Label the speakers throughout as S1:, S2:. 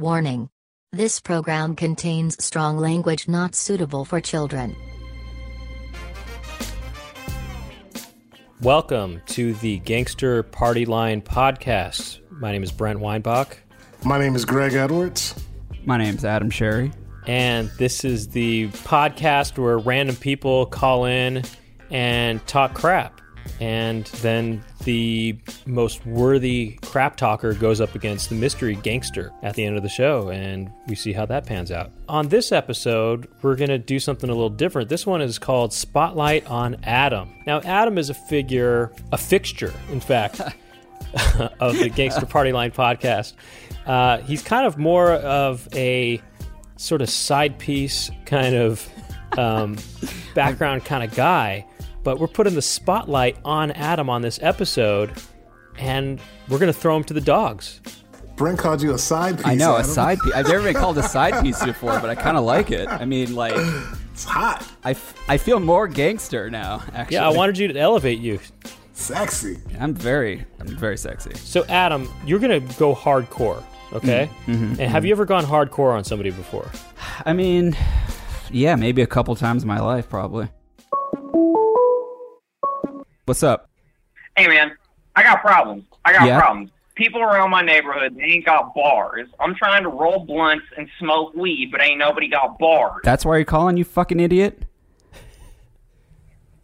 S1: Warning. This program contains strong language not suitable for children.
S2: Welcome to the Gangster Party Line podcast. My name is Brent Weinbach,
S3: My name is Greg Edwards.
S4: My name's Adam Sherry.
S2: and this is the podcast where random people call in and talk crap. And then the most worthy crap talker goes up against the mystery gangster at the end of the show, and we see how that pans out. On this episode, we're going to do something a little different. This one is called Spotlight on Adam. Now, Adam is a figure, a fixture, in fact. of the Gangster Party Line podcast. Uh, he's kind of more of a sort of side piece, kind of um, background kind of guy. But we're putting the spotlight on Adam on this episode, and we're going to throw him to the dogs.
S3: Brent called you a side piece.
S4: I know a
S3: Adam.
S4: side piece. I've never been called a side piece before, but I kind of like it. I mean, like
S3: It's hot,
S4: I, f- I feel more gangster now. Actually,
S2: Yeah, I wanted you to elevate you.
S3: sexy.
S4: I'm very I'm very sexy.
S2: So, Adam, you're going to go hardcore, okay?
S4: Mm-hmm.
S2: and have you ever gone hardcore on somebody before?
S4: I mean, yeah, maybe a couple times in my life, probably. What's up?
S5: hey man, I got problems. I got
S4: Yeah.
S5: problems. People around my neighborhood, they ain't got bars. I'm trying to roll blunts and smoke weed, but ain't nobody got bars.
S4: That's why you're calling you fucking idiot.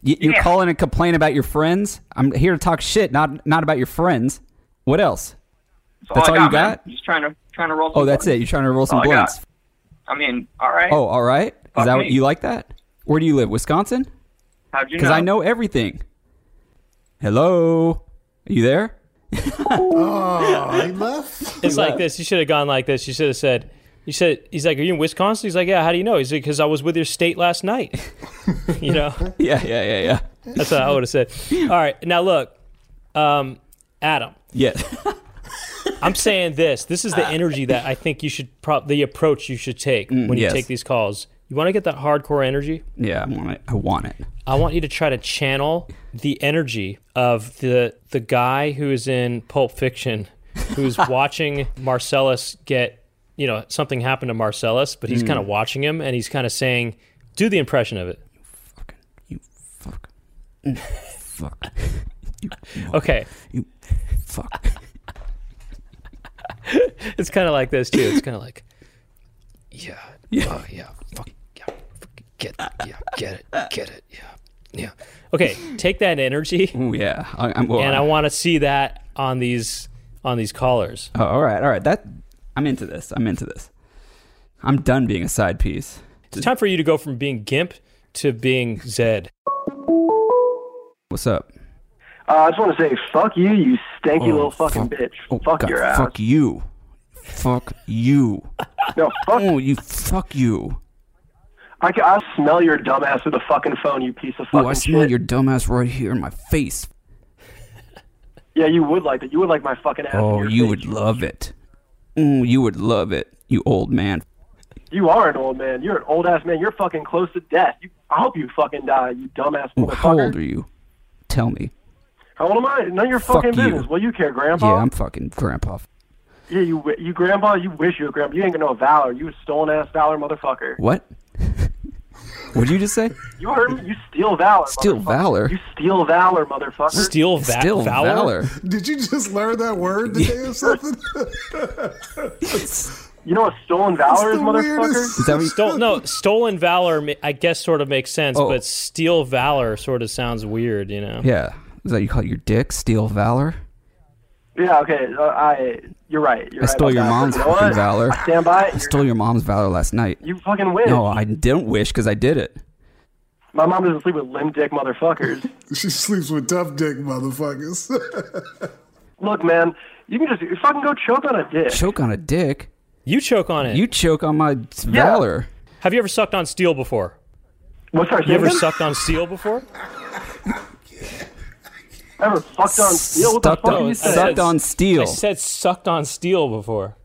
S4: You, you're
S5: Yeah.
S4: calling and complain about your friends. I'm here to talk shit, not not about your friends. What else? that's
S5: I
S4: all you
S5: man.
S4: got?
S5: I'm Just trying to trying to roll. Some
S4: Oh, that's it. You're trying to roll some
S5: all I got.
S4: blunts.
S5: I mean, all right.
S4: Oh, all right. Is
S5: Fuck me.
S4: that what you like that? Where do you live? Wisconsin?
S5: how'd you
S4: Because
S5: know?
S4: I know everything. Hello. Are you there?
S3: Oh, he left.
S2: It's like this. You should have gone like this. You should have said, "You said he's like, are you in Wisconsin?" He's like, "Yeah." How do you know? He's like, "Because I was with your state last night." you know,
S4: Yeah, yeah, yeah, yeah.
S2: that's what I would have said. All right, now look, um, Adam,
S4: Yeah. Ah.
S2: I'm saying this. This is the energy that I think you should prob the approach you should take when you
S4: Mm, yes.
S2: take these calls. You want to get that hardcore energy.
S4: yeah, I want it. I want it.
S2: I want you to try to channel the energy of the the guy who is in Pulp Fiction, who's watching Marcellus get you know something happened to Marcellus, but he's
S4: Hmm.
S2: kind of watching him and he's kind of saying, "Do the impression of it."
S4: Fucking you fuck. fuck.
S2: Okay,
S4: You fuck.
S2: it's kind of like this too. It's kind of like, yeah, oh, yeah, yeah, fuck, yeah, fuck, get, yeah, get it, get it, yeah, yeah. Okay, take that energy,
S4: Ooh, yeah. I, I'm well,
S2: and I want to see that on these on these callers.
S4: oh, all right, all right. That I'm into this. I'm into this. I'm done being a side piece.
S2: It's time for you to go from being Gimp to being Zed.
S4: What's up?
S6: Uh, I just want to say, fuck you, you stanky little fucking bitch.
S4: Oh,
S6: fuck
S4: God,
S6: your ass.
S4: Fuck you. Fuck you.
S6: No, fuck.
S4: Oh, you fuck you.
S6: I, can, I smell your dumb ass with a fucking phone, you piece of fucking
S4: Oh, I smell
S6: shit.
S4: your dumbass right here in my face.
S6: Yeah, you would like that. You would like my fucking ass. in
S4: Oh,
S6: your
S4: you
S6: face.
S4: would love it. Oh, you would love it, you old man.
S6: You are an old man. You're an old ass man. You're fucking close to death. You, I hope you fucking die, you dumb ass
S4: Ooh,
S6: motherfucker.
S4: how old are you? Tell me.
S6: How old am I? None of your
S4: Fuck
S6: fucking
S4: you.
S6: business. Well, you care, grandpa.
S4: Yeah, I'm fucking grandpa.
S6: Yeah, you, wi- you grandpa. You wish you were grandpa. You ain't gonna know valor. You a stolen ass valor, motherfucker.
S4: What? What'd you just say?
S6: You heard me. You steal valor.
S4: Steal
S6: motherfucker.
S4: valor?
S6: You steal valor, motherfucker.
S2: Steel va-
S4: Still
S2: Valor?
S4: valor.
S3: Did you just learn that word today or something?
S6: You know what stolen valor is,
S3: the weirdest-
S6: motherfucker?
S4: Is that what you-
S2: Stol- no, stolen valor, ma- I guess, sort of makes sense,
S4: Oh.
S2: but steal valor sort of sounds weird, you know?
S4: yeah. Is that you call it your dick? Steel valor?
S6: Yeah, okay. Uh, I, you're right. You're
S4: I
S6: right
S4: stole
S6: about
S4: your
S6: that.
S4: mom's
S6: You know
S4: fucking
S6: what?
S4: valor.
S6: I stand by it.
S4: I stole your mom's valor last night.
S6: You fucking win.
S4: No, I don't wish because I did it.
S6: My mom doesn't sleep with limb dick motherfuckers.
S3: She sleeps with tough dick motherfuckers.
S6: Look, man, you can just you fucking go choke on a dick.
S4: Choke on a dick?
S2: You choke on it.
S4: You choke on my valor.
S2: Have you ever sucked on steel before?
S6: What's our
S2: You ever
S6: ever,
S2: sucked on steel before?
S6: ever fucked on steel? What the
S4: Stuck
S6: fuck are
S4: on,
S6: you
S2: said?
S6: saying?
S4: sucked on
S2: I
S4: steel.
S2: said sucked on steel before.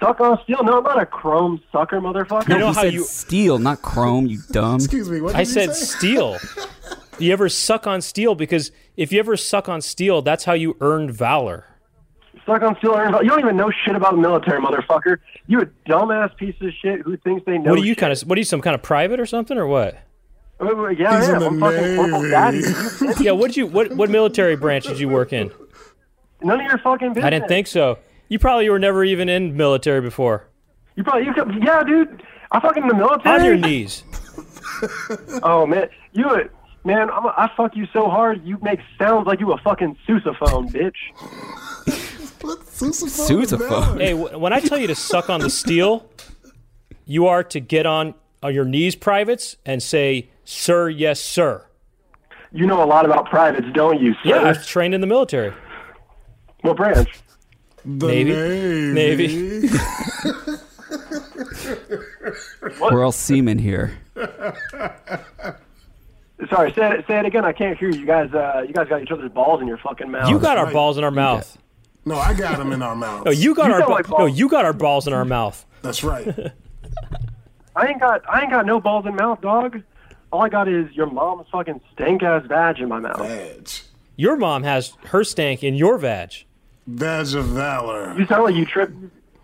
S6: Suck on steel? No, I'm not a chrome sucker, motherfucker.
S2: You know
S4: he
S2: how
S4: said
S2: you-
S4: steel, not chrome, you dumb.
S3: Excuse me. What did
S2: I
S3: you
S2: said
S3: say?
S2: steel. You ever suck on steel? Because if you ever suck on steel, that's how you earn valor.
S6: Suck on steel. Iron, you don't even know shit about the military, motherfucker. You a dumbass piece of shit who thinks they know.
S2: what are you
S6: shit.
S2: kind of? What are you, some kind of private or something, or what?
S6: Wait, wait, Yeah,
S3: He's
S6: I
S3: in
S6: am.
S3: the
S6: I'm fucking
S3: Navy.
S6: corporal daddy. You-
S2: Yeah, what did you? What what military branch did you work in?
S6: None of your fucking business.
S2: I didn't think so. You probably were never even in military before.
S6: You probably you could, yeah, dude. I fucking in the military.
S2: On your knees.
S6: Oh man, you a man. I'm a, I fuck you so hard. You make sounds like you a fucking sousaphone, bitch.
S3: What sousaphone?
S4: Sousaphone.
S3: valor?
S2: Hey, wh- when I tell you to suck on the steel, you are to get on on your knees, privates, and say, "Sir, yes, sir."
S6: You know a lot about privates, don't you? Sir?
S2: Yeah, I was trained in the military.
S6: What branch?
S3: The
S2: Navy. Navy.
S4: We're all seamen here.
S6: Sorry, say it, say it again. I can't hear you. You guys, uh, you guys got each other's balls in your fucking mouth.
S2: You got our balls in our mouth.
S3: No, I got him in our mouths.
S2: No, you got
S6: You
S2: our
S6: got
S2: ba-
S6: my balls.
S2: no, you got our balls in our mouth.
S3: That's right.
S6: I ain't got, I ain't got no balls in mouth, dog. All I got is your mom's fucking stank ass badge in my mouth.
S3: Badge.
S2: Your mom has her stank in your vag.
S3: Badge of valor.
S6: You sound like you trip.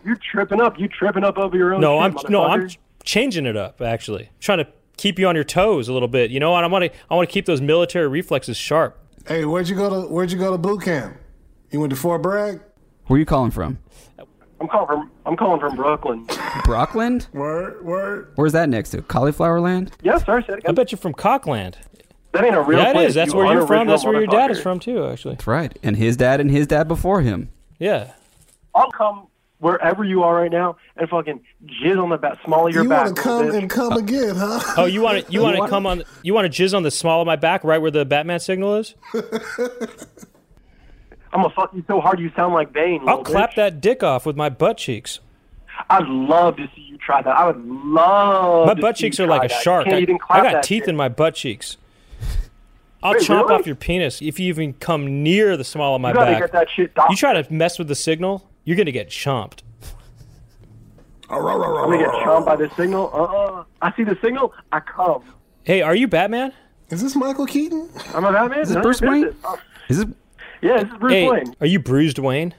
S6: You tripping up. You tripping up over your own.
S2: No, I'm
S6: shit,
S2: no, I'm
S6: motherfucker.
S2: changing it up actually. trying to keep you on your toes a little bit. You know, and I want to I want to keep those military reflexes sharp.
S3: Hey, where'd you go to where'd you go to boot camp? You went to Fort Bragg?
S4: Where you calling from?
S6: I'm calling from. I'm calling from Brooklyn.
S4: Brockland?
S3: Word, word.
S4: Where's that next to? Cauliflower land?
S6: yes, sir. Say it
S2: I
S6: again.
S2: bet you're from Cockland.
S6: That ain't a real
S2: Yeah, it
S6: place.
S2: is. That's
S6: you
S2: where you're from.
S6: unoriginal
S2: That's where your dad is
S6: motherfucker.
S2: from too, actually.
S4: That's right. And his dad and his dad before him.
S2: Yeah.
S6: I'll come wherever you are right now and fucking jizz on the back, small of your
S3: you
S6: back.
S3: wanna
S6: little
S3: come
S6: bitch.
S3: and come again, huh?
S2: Oh, you want to you want to come on? You want to jizz on the small of my back, right where the Batman signal is?
S6: I'm gonna fuck you so hard you sound like Bane.
S2: I'll
S6: little
S2: clap
S6: bitch.
S2: that dick off with my butt cheeks.
S6: I'd love to see you try that. I would love.
S2: My
S6: to
S2: butt
S6: see you
S2: cheeks are
S6: try
S2: like a
S6: that. You
S2: shark.
S6: Can't
S2: I,
S6: even
S2: I
S6: clap
S2: got
S6: that
S2: teeth
S6: shit.
S2: in my butt cheeks. I'll
S6: Wait,
S2: chomp
S6: really?
S2: off your penis if you even come near the small of my
S6: You gotta
S2: back.
S6: get that shit. Doc-
S2: You try to mess with the signal, you're gonna get chomped.
S6: I'm gonna get chomped by this signal. Uh uh I see the signal. I come.
S2: Hey, are you Batman?
S3: Is this Michael Keaton?
S6: I'm a Batman. Is
S4: it Bruce Wayne? Is it
S6: yeah, this is Bruce
S2: Hey,
S6: Wayne.
S2: are you bruised Wayne?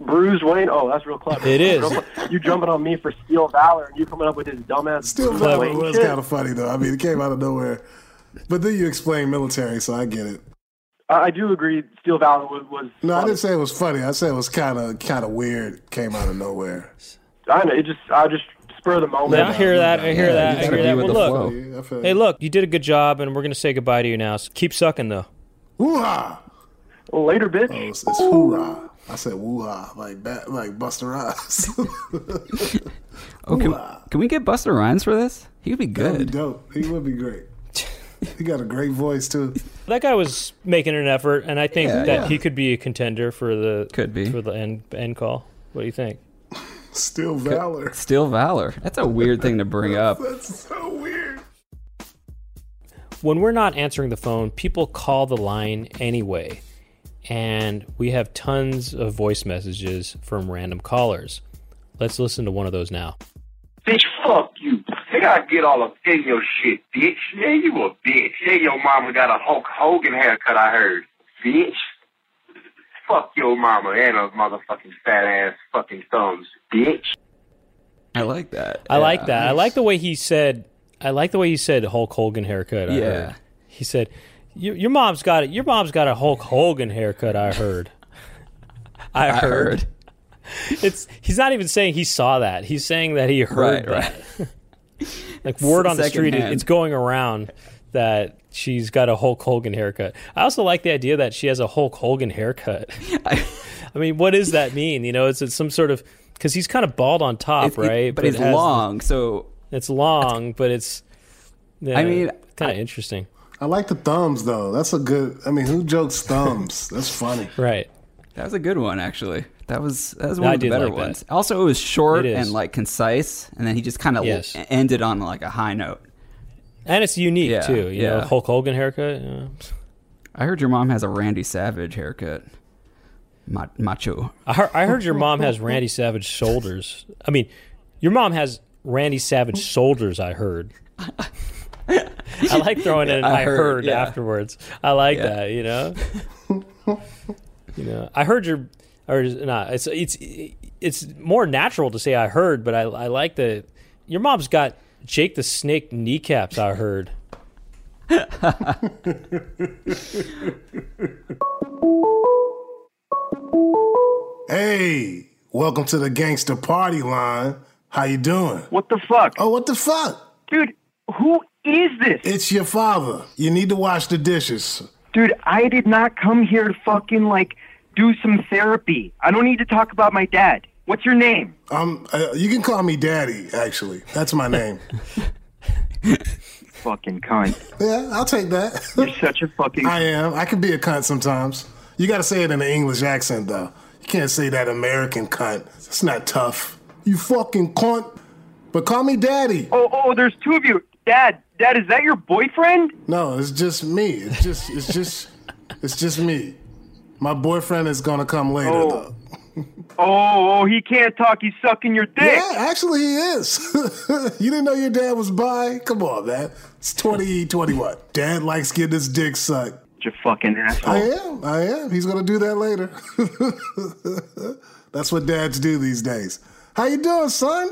S6: Bruce Wayne. Oh, that's real clever.
S2: It is.
S6: Real clever. You jumping on me for Steel Valor and you coming up with this dumbass.
S3: Still
S6: Bruce
S3: valor
S6: Wayne
S3: was
S6: shit.
S3: kind of funny though. I mean, it came out of nowhere. But then you explained military, so I get it.
S6: I I do agree. Steel Valor was. was
S3: No, I didn't say it was funny. I said it was kind of kind of weird. Came out of nowhere.
S6: I know. It just. I just spur of the moment.
S2: Yeah, I hear that. I hear that.
S4: you
S2: I
S4: gotta
S2: hear
S4: be
S2: that.
S4: with
S2: Well,
S4: the
S2: look.
S4: flow.
S3: Yeah, I feel
S2: Hey,
S3: you.
S2: look, you did a good job, and we're gonna say goodbye to you now. So keep sucking though.
S3: Woo-ha!
S6: Later, bitch.
S3: It was- Oh, It's, hoorah. I said woo-ha, like that, like Buster Rhymes.
S4: Oh, can, can we get Buster Rhymes for this? He'd be
S3: That'd be
S4: good.
S3: dope. He would be great. He got a great voice too.
S2: That guy was making an effort, and I think
S4: Yeah,
S2: that
S4: yeah.
S2: he could be a contender for the
S4: Could be.
S2: for the end end call. What do you think?
S3: Still valor.
S4: Still valor. That's a weird thing to bring up.
S3: That's so weird.
S2: when we're not answering the phone, people call the line anyway. And we have tons of voice messages from random callers. Let's listen to one of those now.
S7: Bitch, fuck you. They gotta get all up in your shit, bitch. Yeah, you a bitch. Yeah, your mama got a Hulk Hogan haircut, I heard. Bitch. Fuck your mama and her motherfucking fat ass fucking thumbs, bitch.
S4: I like that.
S2: I like
S4: Yeah.
S2: that. I like the way he said. I like the way he said Hulk Hogan haircut. I
S4: Yeah.
S2: heard. He said, "Your- "Your mom's got it. Your mom's got a Hulk Hogan haircut." I heard. I,
S4: I heard.
S2: It's he's not even saying he saw that. He's saying that he heard
S4: Right,
S2: that. like word on the street, it,
S4: Secondhand.
S2: it's going around that she's got a Hulk Hogan haircut. I also like the idea that she has a Hulk Hogan haircut. I, mean, what does that mean? You know, it's, it's some sort of because he's kind of bald on top,
S4: It- it-
S2: right?
S4: but it's
S2: it has-
S4: long, so
S2: It's long, but it's. yeah,
S4: mean,
S2: kind of interesting,
S3: I like the thumbs though. That's a good. I mean, who jokes thumbs? That's funny.
S2: right?
S4: that was a good one actually. That was that was one
S2: I
S4: of the
S2: did
S4: better
S2: like that.
S4: ones. Also, it was short
S2: It is.
S4: and like concise, and then he just kind of
S2: Yes.
S4: ended on like a high note.
S2: And it's unique
S4: Yeah,
S2: too. You know,
S4: yeah.
S2: Hulk Hogan haircut. yeah.
S4: I heard your mom has a Randy Savage haircut. Ma- macho.
S2: I heard, I heard your mom has Randy Savage shoulders. I mean, your mom has Randy Savage shoulders. I heard. I like throwing in
S4: I
S2: "I heard,",
S4: heard, yeah.
S2: afterwards. I like
S4: Yeah.
S2: that. You know. you know, I heard your or not. It's it's it's more natural to say I heard, but I I like the your mom's got Jake the Snake kneecaps. I heard.
S3: Hey, welcome to the gangster party line. How you doing?
S6: What the fuck?
S3: Oh, what the fuck?
S6: Dude, who is this?
S3: It's your father. You need to wash the dishes.
S6: Dude, I did not come here to fucking like do some therapy. I don't need to talk about my dad. What's your name?
S3: Um, uh, you can call me daddy. Actually, that's my name.
S6: Fucking cunt.
S3: yeah, I'll take that.
S6: You're such a fucking
S3: I am. I can be a cunt sometimes. You got to say it in an English accent though. You can't say that American cunt. It's not tough. You fucking cunt. But call me daddy.
S6: Oh, oh, there's two of you. Dad, Dad, is that your boyfriend?
S3: No, it's just me. It's just it's just it's just me. My boyfriend is gonna come later
S6: Oh.
S3: though.
S6: Oh, oh, he can't talk. He's sucking your dick.
S3: Yeah, actually he is. you didn't know your dad was bi? Come on, man. It's 20, 20 what? Dad likes getting his dick sucked.
S6: You fucking
S2: Oh.
S6: asshole.
S3: I am, I am. He's gonna do that later. That's what dads do these days. How you doing, son?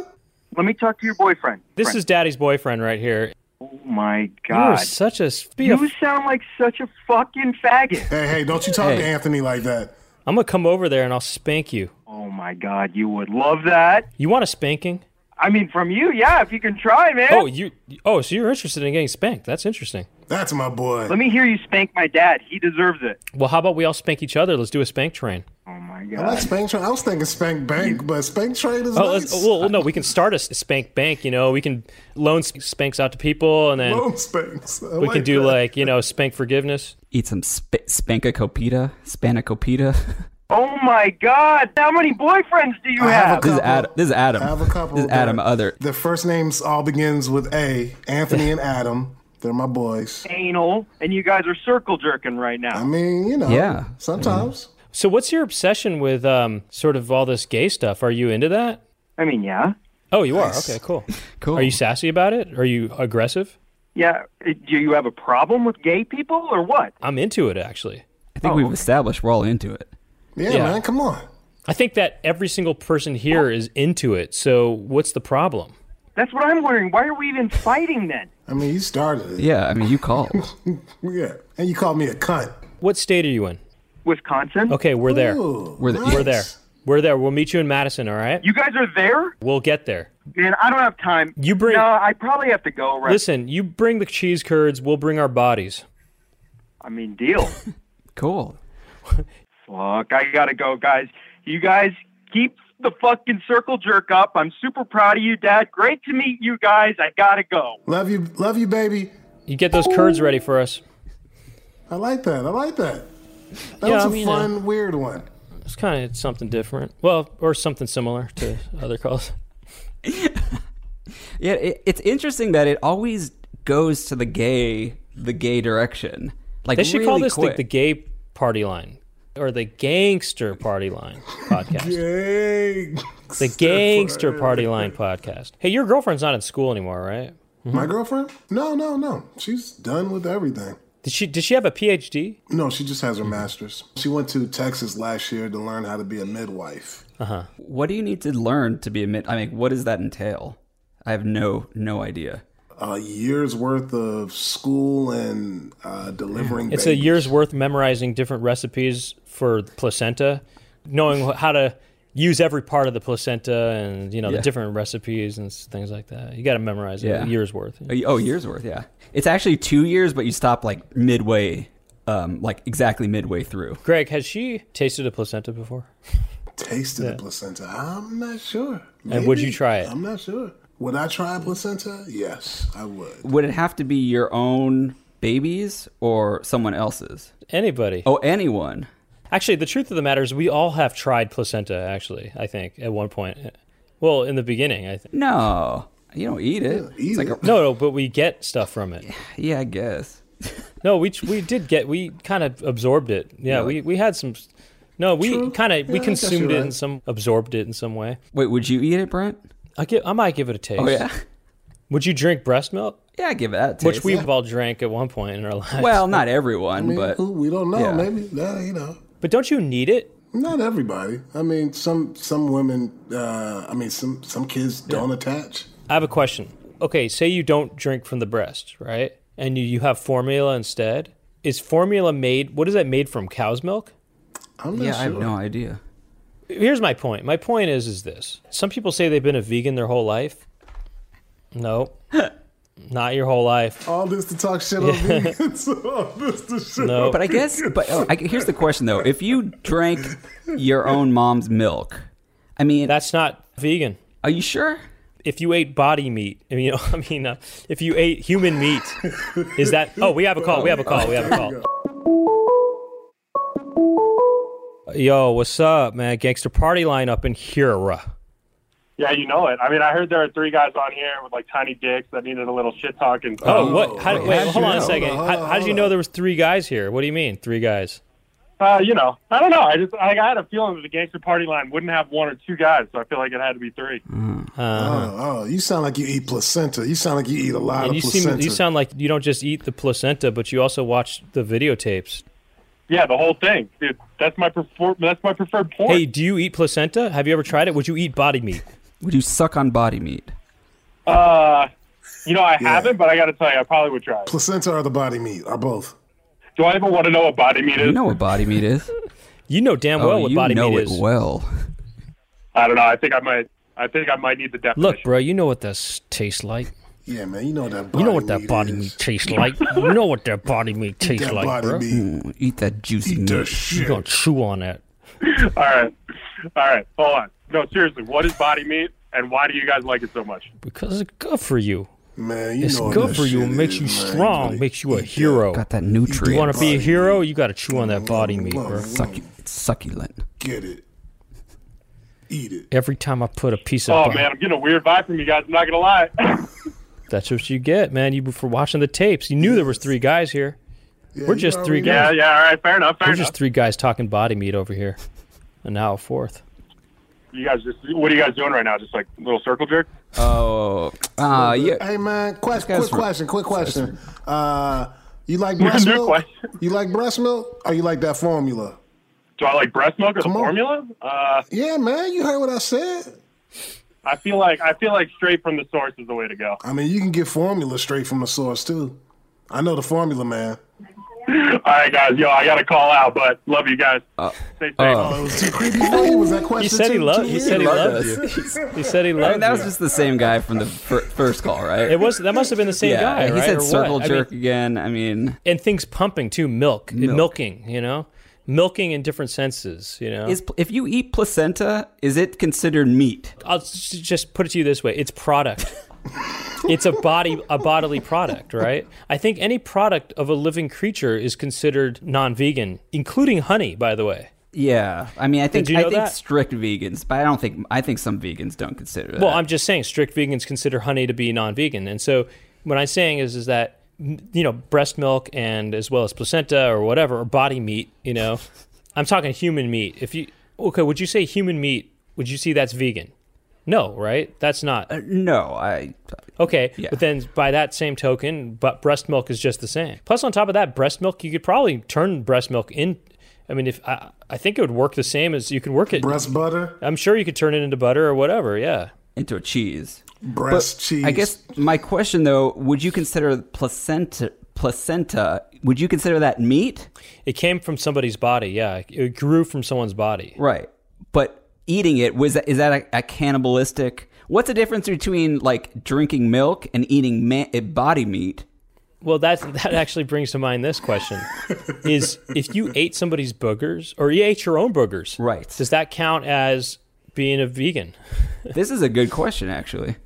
S6: Let me talk to your boyfriend.
S2: This is Daddy's boyfriend right here.
S6: Oh my
S2: You are
S6: god.
S2: such a. Be a
S6: You sound like such a fucking faggot.
S3: Hey, hey, don't you talk to
S4: Hey.
S3: Anthony like that.
S2: I'm gonna come over there and I'll spank you.
S6: Oh my god, you would love that.
S2: You want a spanking?
S6: I mean, from you, yeah, if you can try, man.
S2: Oh, you. Oh, so you're interested in getting spanked? That's interesting.
S3: That's my boy.
S6: Let me hear you spank my dad. He deserves it.
S2: Well, how about we all spank each other? Let's do a spank train.
S6: Oh my
S3: I like
S6: god.
S3: Spank Train. I was thinking Spank Bank, but Spank Train is
S2: Oh, let's,
S3: nice.
S2: well, well, no, we can start a s- spank bank. You know, we can loan s- spanks out to people, and then
S3: Loan Spanks. I
S2: we can do
S3: that.
S2: like you know spank forgiveness.
S4: Eat some sp- spanakopita. Spanakopita.
S6: Oh my god. How many boyfriends do you
S3: I have
S6: have?
S4: this
S3: a
S4: is
S3: Couple.
S4: Adam. This is Adam.
S3: I have a couple.
S4: This is
S3: that-
S4: Adam. Other.
S3: Their first names all begins with A. Anthony and Adam. They're my boys.
S6: Anal, and you guys are circle jerking right
S3: I
S6: now.
S3: mean, you know.
S4: Yeah.
S3: Sometimes.
S2: So, what's your obsession with um, sort of all this gay stuff? Are you into that?
S6: I mean, yeah.
S2: Oh, you are. Okay, cool.
S4: Cool.
S2: Are you sassy about it? Are you aggressive?
S6: Yeah. uh, Do you have a problem with gay people or what?
S2: I'm into it actually.
S4: I think
S3: Oh,
S4: we've established we're all into it.
S3: Yeah,
S2: Yeah.
S3: man. Come on.
S2: I think that every single person here is into it. So, what's the problem?
S6: That's what I'm wondering. Why are we even fighting then?
S3: I mean, you started it.
S4: Yeah. I mean, you called.
S3: Yeah. And you called me a cunt.
S2: What state are you in?
S6: Wisconsin?
S2: Okay, we're there.
S3: Ooh,
S4: We're the-
S3: nice.
S2: We're there. We're there. We'll meet you in Madison, all right?
S6: You guys are there?
S2: We'll get there.
S6: Man, I don't have time.
S2: You bring-
S6: No, I probably have to go. Right.
S2: Listen, you bring the cheese curds, we'll bring our bodies.
S6: I mean, deal.
S4: cool.
S6: Fuck, I gotta go, guys. You guys keep the fucking circle jerk up. I'm super proud of you, Dad. Great to meet you guys. I gotta go.
S3: Love you. Love you, baby.
S2: You get those curds ready for us.
S3: I like that. I like that. That
S2: Yeah,
S3: was a
S2: I mean, uh,
S3: fun, weird one.
S2: It's kind of something different. Well, or something similar to other calls.
S4: Yeah. It, it's interesting that it always goes to the gay, the gay direction. Like
S2: They should
S4: really
S2: call this the,
S4: quick.
S2: the gay party line or the gangster party line podcast.
S3: Hey.
S2: the gangster party line podcast. Hey, your girlfriend's not in school anymore, right?
S4: Mm-hmm.
S3: My girlfriend? No, no, no. She's done with everything.
S2: Did she did she have a PhD?
S3: No, she just has her master's. She went to Texas last year to learn how to be a midwife.
S2: Uh-huh.
S4: what do you need to learn to be a mid? I mean, what does that entail? I have no no idea.
S3: A year's worth of school and uh, delivering.
S2: It's a
S3: babies.
S2: year's worth memorizing different recipes for placenta, knowing wh- how to use every part of the placenta and you know
S4: Yeah.
S2: the different recipes and s- things like that. You got to memorize it,
S4: Yeah.
S2: a year's worth.
S4: Oh, y- Oh, years worth, yeah. It's actually two years, but you stop like midway, um, like exactly midway through.
S2: Greg, has she tasted a placenta before?
S3: Tasted the placenta. I'm not sure.
S2: And would
S3: Maybe.
S2: you try it?
S3: I'm not sure. Would I try a placenta? Yes, I would.
S4: Would it have to be your own babies or someone else's?
S2: Anybody?
S4: Oh, anyone.
S2: Actually, the truth of the matter is, we all have tried placenta. Actually, I think at one point. Well, in the beginning, I think.
S4: No, you don't eat it.
S3: Eat
S4: it's like
S3: it.
S4: a,
S2: No, no, but we get stuff from it.
S4: yeah, I guess.
S2: No, we we did get we kind of absorbed it. Yeah, we we had some. No, we
S3: True.
S2: kind of
S3: Yeah, I
S2: we
S3: guess
S2: consumed
S3: you're
S2: it in
S3: right.
S2: some absorbed it in some way.
S4: Wait, would you eat it, Brent?
S2: I give, I might give it a taste.
S4: Oh yeah,
S2: Would you drink breast milk,
S4: yeah, I give it that. A
S2: which
S4: taste.
S2: we've all drank at one point in our lives?
S4: well, not everyone,
S3: I mean,
S4: but
S3: who- we don't know.
S4: yeah.
S3: Maybe nah, you know.
S2: but don't you need it?
S3: Not everybody. I mean, some some women. Uh, I mean, some some kids don't attach.
S2: I have a question. Okay, say you don't drink from the breast, right? And you, you have formula instead. Is formula made? What is that made from? Cow's milk?
S3: I'm not
S4: yeah,
S3: sure.
S4: I have no idea.
S2: Here's my point. My point is is this. Some people say they've been a vegan their whole life. No. Not your whole life.
S3: All this to talk shit on vegans. All this to shit.
S2: No.
S4: But I guess, but oh, I, here's the question though: If you drank your own mom's milk, I mean,
S2: That's not vegan.
S4: are you sure?
S2: If you ate body meat, I mean, you know, I mean, uh, if you ate human meat, is that? Oh, we have a call. We have a call. We have a call. Yo, what's up, man? Gangster party line up in here.
S6: Yeah, you know it. I mean, I heard there are three guys on here with like tiny dicks that needed a little shit talking.
S2: Oh, what? How,
S4: wait,
S2: wait,
S4: how'd you
S2: hold on
S4: know?
S2: a second.
S3: Hold on,
S2: how,
S3: hold on,
S2: how did you
S3: hold
S2: know
S3: on.
S2: there was three guys here? What do you mean, three guys?
S6: Uh, you know, I don't know. I just like I had a feeling that the gangster party line wouldn't have one or two guys, so I feel like it had to be three.
S2: Uh-huh.
S3: Oh, oh, you sound like you eat placenta. You sound like you eat a lot
S2: And
S3: of
S2: you
S3: placenta.
S2: seem you sound like you don't just eat the placenta, but you also watch the videotapes.
S6: Yeah, the whole thing, dude. That's my prefer- That's my preferred porn.
S2: Hey, do you eat placenta? Have you ever tried it? Would you eat body meat?
S4: Would you suck on body meat?
S6: Uh, you know, I
S3: Yeah.
S6: haven't, but I got to tell you, I probably would try. it.
S3: placenta or the body meat or both.
S6: Do I even want to know what body meat
S4: You
S6: is?
S4: know what body meat is?
S2: You know damn well
S4: oh,
S2: what
S4: you
S2: body
S4: know
S2: meat
S4: it
S2: is.
S4: well.
S6: I don't know. I think I might. I think I might need the definition.
S2: Look, bro, you know what that s- tastes like.
S3: Yeah, man. You know what that. Body
S2: You know what that
S3: meat
S2: body
S3: is.
S2: meat tastes like. You know what that body meat
S3: That
S2: tastes like,
S3: body
S2: bro.
S3: meat.
S4: Mm, Eat that juicy
S3: Eat that
S4: meat.
S2: You
S3: shit.
S2: gonna chew on that?
S6: All right, all right. Hold on. No, seriously. What is body meat, and why do you guys like it so much?
S2: Because it's good for you.
S3: Man, you
S2: It's
S3: know what
S2: good
S3: that
S2: for you.
S3: shit
S2: It makes
S3: is,
S2: you
S3: man.
S2: strong.
S3: Really.
S2: Makes you a
S3: Eat that.
S2: hero.
S4: Got that
S2: You
S4: nutrient.
S2: want to be a
S3: Body
S2: hero? You got to chew on that body meat,
S3: Mm-hmm.
S2: bro.
S4: Succu- it's succulent.
S3: Get it. Eat it.
S2: Every time I put a piece of
S6: Oh
S2: body-
S6: man, I'm getting a weird vibe from you guys. I'm not gonna lie.
S2: that's what you get, man. You for watching the tapes. You knew there was three guys here.
S3: Yeah,
S2: We're
S3: you
S2: just three
S3: already know.
S6: yeah, yeah. All right. Fair enough. Fair
S2: We're
S6: enough.
S2: just three guys talking body meat over here, and now a fourth.
S6: You guys just. What are you guys doing right now? Just like little circle jerk.
S4: Oh, ah, yeah.
S3: Hey man, question,
S4: guy's
S3: quick
S4: re-
S3: question, quick question. Uh, you like breast
S6: New
S3: milk?
S6: question.
S3: You like breast milk? Or you like that formula?
S6: Do I like breast milk or the
S3: Come on.
S6: formula? Uh,
S3: Yeah, man, you heard what I said.
S6: I feel like I feel like straight from the source is the way to go.
S3: I mean, you can get formula straight from the source too. I know the formula, man.
S6: All right, guys. Yo, I gotta call out, but love you guys.
S4: Uh,
S6: Stay safe.
S3: Oh, it was too creepy for you. Was that question?
S2: He said he
S3: too-
S2: loved.
S3: too
S2: He
S3: weird?
S2: said he loved
S4: us.
S2: you. He said he
S4: I
S2: loved
S4: mean, that was
S2: you.
S4: just the same guy from the fir- first call, right?
S2: It was that must have been the same
S4: yeah,
S2: guy.
S4: he
S2: right? Or
S4: said
S2: what?
S4: circle
S2: I mean,
S4: jerk again. I mean,
S2: and things pumping too. Milk,
S4: Milk.
S2: milking. You know, milking in different senses. You know,
S4: is if you eat placenta, is it considered meat?
S2: I'll s- just put it to you this way: it's product. it's a body, a bodily product, right? I think any product of a living creature is considered non-vegan, including honey, by the way.
S4: Yeah, I mean, I think
S2: you
S4: I
S2: know
S4: think
S2: that?
S4: strict vegans, but I don't think I think some vegans don't consider that.
S2: Well, I'm just saying strict vegans consider honey to be non-vegan, and so what I'm saying is is that m- you know breast milk and as well as placenta or whatever or body meat, you know, I'm talking human meat. If you okay, would you say human meat? Would you see that's vegan? No, right? That's not
S4: Uh, no, I
S2: okay.
S4: yeah.
S2: But then by that same token, but breast milk is just the same. Plus, on top of that, breast milk you could probably turn breast milk in. I mean, if I, I think it would work the same as you can work it.
S3: breast butter,
S2: I'm sure you could turn it into butter or whatever. Yeah.
S4: into a cheese.
S3: breast
S4: But
S3: cheese.
S4: I guess my question though, would you consider placenta placenta? Would you consider that meat?
S2: It came from somebody's body, yeah. It grew from someone's body.
S4: Right, but eating it was is that a, a cannibalistic? What's the difference between like drinking milk and eating ma- eh, body meat?
S2: Well, that's, that actually brings to mind this question: is if you ate somebody's boogers or you ate your own boogers,
S4: Right.
S2: Does that count as being a vegan?
S4: This is a good question, actually.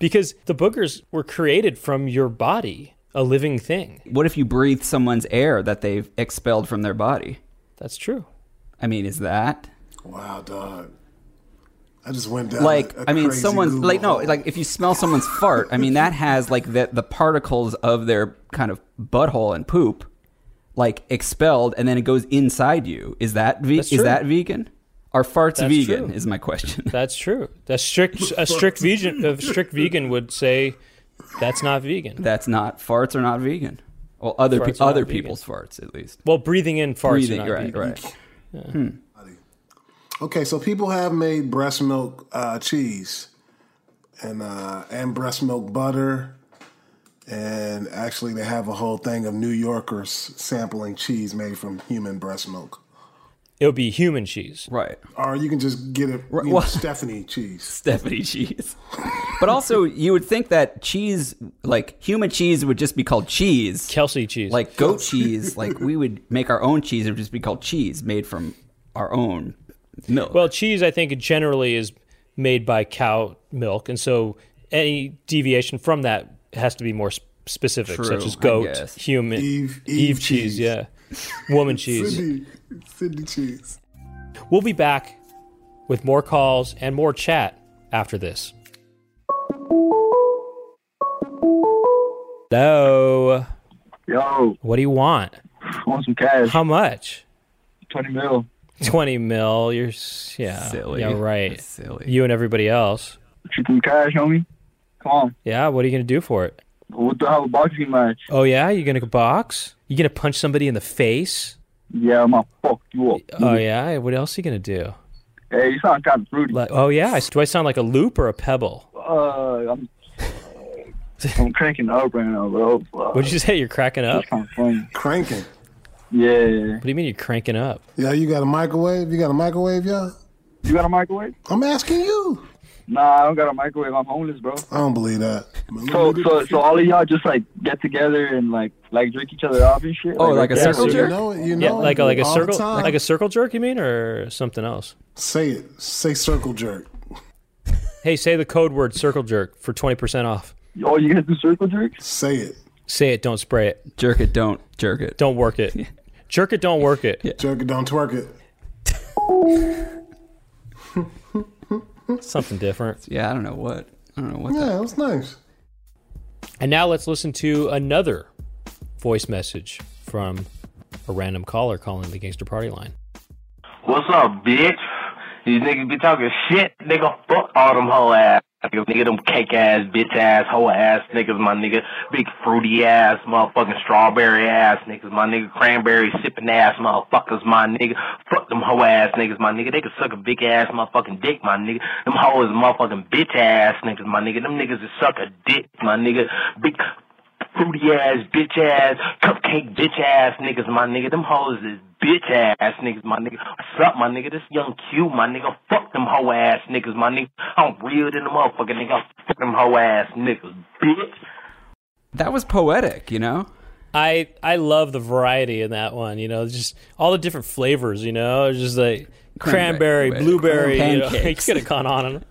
S2: Because the boogers were created from your body, a living thing.
S4: What if you breathe someone's air that they've expelled from their body?
S2: That's true.
S4: I mean, is that
S3: Wow, dog. I just went down.
S4: like I
S3: I
S4: mean someone's like no like if you smell someone's fart I mean that has like the the particles of their kind of butthole and poop like expelled and then it goes inside you is that ve-
S2: That's
S4: is
S2: true.
S4: that vegan are farts
S2: That's
S4: vegan
S2: true.
S4: is my question
S2: That's true. A strict a strict vegan a strict vegan would say that's not vegan.
S4: that's not farts are not vegan well other
S2: Farts
S4: pe-
S2: are not
S4: other
S2: vegan.
S4: people's farts at least
S2: Well, breathing in farts. are
S4: breathing
S2: not
S4: right
S2: vegan.
S4: right
S3: Hmm. Okay, so people have made breast milk uh, cheese and uh, and breast milk butter, and actually they have a whole thing of New Yorkers sampling cheese made from human breast milk.
S2: It would be human cheese.
S4: right
S3: Or you can just get it, you know,
S4: well-
S3: Stephanie cheese.
S4: Stephanie cheese. But also, you would think that cheese, like human cheese, would just be called cheese.
S2: Kelsey cheese.
S4: Like goat cheese, like we would make our own cheese, it would just be called cheese made from our own milk.
S2: well, cheese I think generally is made by cow milk, and so any deviation from that has to be more sp- specific,
S4: True,
S2: such as
S4: I
S2: goat,
S4: guess.
S2: human,
S3: Eve- Eve
S2: cheese,
S3: cheese.
S2: yeah, woman cheese.
S3: Sydney, Sydney cheese.
S2: We'll be back with more calls and more chat after this. Hello.
S6: Yo,
S2: What do you want?
S6: want some cash?
S2: How much?
S6: 20 mil.
S2: 20 mil. You're s- yeah.
S4: Silly.
S2: Yeah, right.
S4: That's silly.
S2: You and everybody else.
S6: Shoot some cash, homie. Come on.
S2: Yeah, what are you going to do for it?
S6: What the hell, a boxing match?
S2: Oh yeah, you're going to box? You going to punch somebody in the face?
S6: Yeah, I'm gonna fuck you up.
S4: Uh,
S2: Oh yeah, what else are you going to do?
S6: Hey, you sound kind of fruity.
S2: Like, oh yeah, I s- do I sound like a loop or a pebble?
S6: Uh, I'm, I'm cranking up right now, bro. Uh, Fuck.
S2: What'd you say? You're cracking up?
S6: That's kind of funny.
S3: Cranking.
S6: Yeah.
S2: What do you mean you're cranking up?
S3: Yeah, you got a microwave? You got a microwave, y'all?
S6: You got a microwave?
S3: I'm asking you.
S6: Nah, I don't got a microwave. I'm homeless, bro.
S3: I don't believe that.
S6: So, so, so all of y'all just like get together and like, like drink each other off and shit.
S4: Oh, like a
S6: yeah,
S4: circle
S6: dude.
S3: you
S4: jerk?
S3: know it. You know
S2: Yeah, like a,
S3: it
S2: like a
S3: all the
S2: circle
S3: time.
S2: like a circle jerk you mean or something else?
S3: Say it. Say circle jerk.
S2: Hey, say the code word circle jerk for 20% off.
S6: Oh, you guys do circle jerks?
S3: Say it.
S2: Say it, don't spray it.
S4: jerk it, don't jerk it.
S2: Don't work it. Jerk it, don't work it.
S3: Jerk it, don't twerk it.
S2: Something different.
S4: Yeah, I don't know what. I don't know what.
S3: Yeah,
S4: That,
S3: that was nice.
S2: And now let's listen to another voice message from a random caller calling the gangster party line.
S7: What's up, bitch? These niggas be talking shit, nigga. Fuck all them hoe ass niggas, nigga. Them cake ass, bitch ass, hoe ass niggas, my nigga. Big fruity ass, motherfucking strawberry ass niggas, my nigga. Cranberry sipping ass motherfuckers, my nigga. Fuck them hoe ass niggas, my nigga. They can suck a big ass motherfucking dick, my nigga. Them hoes motherfucking bitch ass niggas, my nigga. Them niggas that suck a dick, my nigga. Big fruity ass, bitch ass, cupcake bitch ass niggas, my nigga. Them hoes is bitch ass niggas, my nigga. What's up, my nigga? This young Q, my nigga. Fuck them hoe ass niggas, my nigga. I'm real than the motherfucker, nigga. Fuck them hoe ass niggas, bitch.
S4: that was poetic, you know?
S2: I I love the variety in that one, you know, just all the different flavors, you know, It's just like
S4: Cranberry,
S2: cranberry, blueberry, you know, you
S4: pancakes.
S2: could have gone on and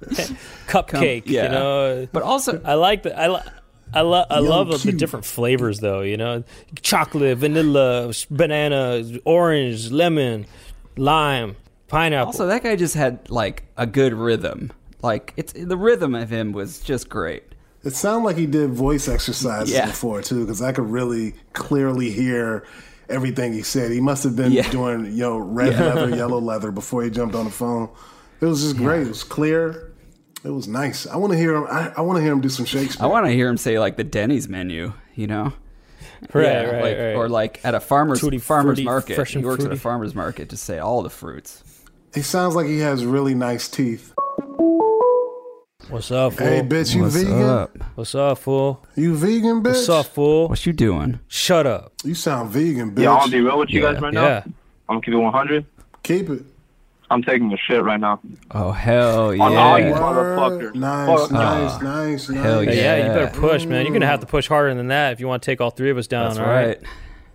S2: cupcake,
S4: yeah.
S2: you know.
S4: But also,
S2: Uh, I like the I li- I, lo- I love the
S3: cute.
S2: different flavors though, you know. Chocolate, vanilla, s- banana, orange, lemon, lime, pineapple.
S4: also that guy just had like a good rhythm. Like it's the rhythm of him was just great.
S3: It sounded like he did voice exercises
S4: Yeah.
S3: before too, because I could really clearly hear everything he said. He must have been
S4: Yeah.
S3: doing yo red leather, yellow leather before he jumped on the phone. It was just great. It was clear. It was nice. I want to hear him. I, I want to hear him do some Shakespeare.
S4: I want to hear him say like the Denny's menu, you know?
S2: right,
S4: Yeah,
S2: right,
S4: like-
S2: right.
S4: Or like at a farmer's
S2: Tutti
S4: farmer's
S2: frutti,
S4: market.
S2: fresh and
S4: he works at a
S2: fruity.
S4: farmer's market to say all the fruits.
S3: he sounds like he has really nice teeth.
S2: What's up, fool?
S3: Hey, bitch, you vegan?
S2: What's up, fool?
S3: You vegan, bitch?
S2: What's up, fool?
S4: What's you doing?
S2: Shut up.
S3: You sound vegan, bitch.
S6: Yeah, I'm gonna be real with you
S4: Yeah.
S6: guys right now.
S2: Yeah.
S6: I'm gonna keep it 100.
S3: Keep it.
S6: I'm taking a shit right now.
S4: Oh hell yeah!
S6: On all you
S3: Word.
S6: motherfuckers.
S3: Uh, Nice,
S6: Fuck.
S3: nice, nice, nice.
S4: Ah, hell
S2: But yeah, you
S4: Yeah.
S2: better push, man. You're gonna have to push harder than that if you want to take all three of us down.
S4: That's
S2: all right?
S4: right.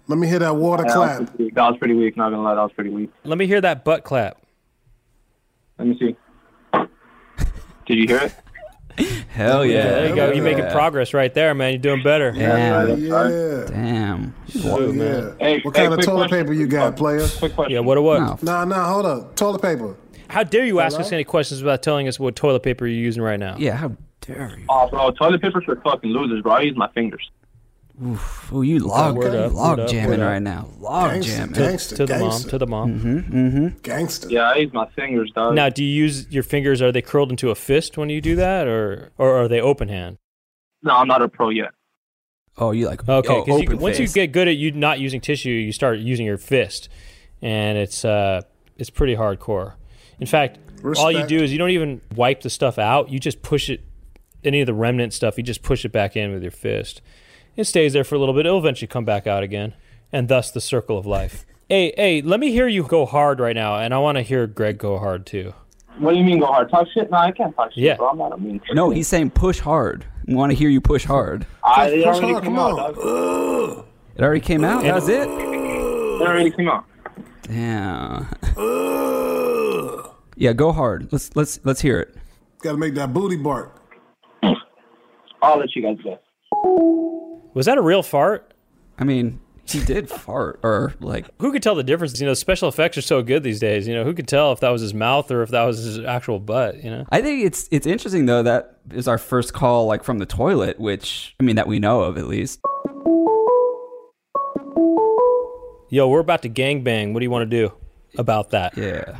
S3: Let me hear that water
S6: Yeah, that, was
S3: clap.
S6: pretty weak. that was pretty weak. Not gonna lie, that was pretty weak.
S2: Let me hear that butt clap.
S6: Let me see. Did you hear it?
S4: Hell Oh, yeah!
S2: There you go. You're making
S4: Yeah.
S2: progress right there, man. You're doing better.
S4: Damn.
S3: Yeah.
S4: Damn.
S2: Shoot, man.
S3: Yeah.
S6: Hey,
S3: what
S6: hey,
S3: kind of
S6: quick
S3: toilet
S6: question.
S3: paper you got, player?
S6: Quick question.
S2: Yeah, what a what?
S4: No.
S3: Nah, nah, hold up. Toilet paper.
S2: How dare you ask us any questions about telling us what toilet paper you're using right now?
S4: Yeah. How dare you?
S6: Oh, bro, toilet papers for fucking losers, bro. I use my fingers.
S4: Fool, you log,
S2: word up,
S4: log
S2: word up,
S4: jamming
S2: word up.
S4: right now. Log
S3: Gangster,
S4: jamming. Mm-hmm,
S3: gangster,
S2: To the mom,
S3: gangster,
S2: to the mom.
S3: gangster.
S6: Yeah, I use my fingers, dog.
S2: Now, do you use your fingers? Are they curled into a fist when you do that, or or are they open hand?
S6: no, I'm not a pro yet.
S4: Oh, you like
S2: Okay,
S4: oh,
S2: because
S4: open
S2: once you
S4: face.
S2: get good at you not using tissue, you start using your fist, and it's uh it's pretty hardcore. In fact, all you
S3: Respect.
S2: do is you don't even wipe the stuff out. You just push it, any of the remnant stuff. You just push it back in with your fist. It stays there for a little bit. It'll eventually come back out again, and thus the circle of life. hey, hey, let me hear you go hard right now, and I want to hear Greg go hard too.
S6: What do you mean go hard? Talk shit? No, I can't talk shit,
S2: Yeah.
S6: bro. I'm not a mean person.
S4: No, he's saying push hard. We want to hear you push hard.
S6: I, it
S3: Push
S6: already
S3: hard,
S6: came
S3: come
S6: out,
S3: on.
S6: dog.
S4: It already came out. That was it.
S6: It already came out.
S4: Damn. Yeah, go hard. Let's let's let's hear it.
S3: Got to make that booty bark.
S6: I'll let you guys go.
S2: Was that a real fart?
S4: I mean, he did fart or like
S2: Who could tell the difference? You know, special effects are so good these days. You know, who could tell if that was his mouth or if that was his actual butt? You know.
S4: I think it's it's interesting though that is our first call like from the toilet, which I mean that we know of at least.
S2: Yo, we're about to gangbang. What do you want to do about that?
S4: Yeah.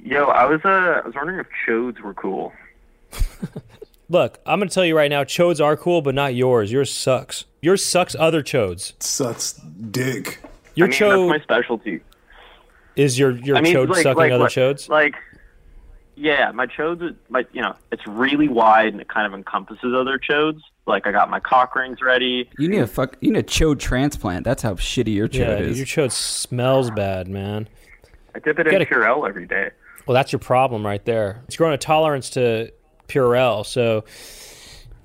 S8: Yo, I was uh, I was wondering if chodes were cool.
S2: Look, I'm going to tell you right now, chodes are cool, but not yours. Yours sucks. Yours sucks other chodes.
S3: Sucks dick.
S2: Your
S8: I mean,
S2: chode
S8: that's my specialty.
S2: is your, your
S8: I mean,
S2: chode
S8: like,
S2: sucking
S8: like,
S2: other
S8: what-
S2: chodes.
S8: Like, yeah, my chodes, is- my you know, it's really wide and it kind of encompasses other chodes. Like, I got my cock rings ready.
S4: You need a fuck you need a chode transplant. That's how shitty your chode
S2: yeah, dude,
S4: is.
S2: your chode smells bad, man.
S8: I dip it in
S2: Gotta-
S8: Purell every day.
S2: Well, that's your problem right there. It's growing a tolerance to Purell. So,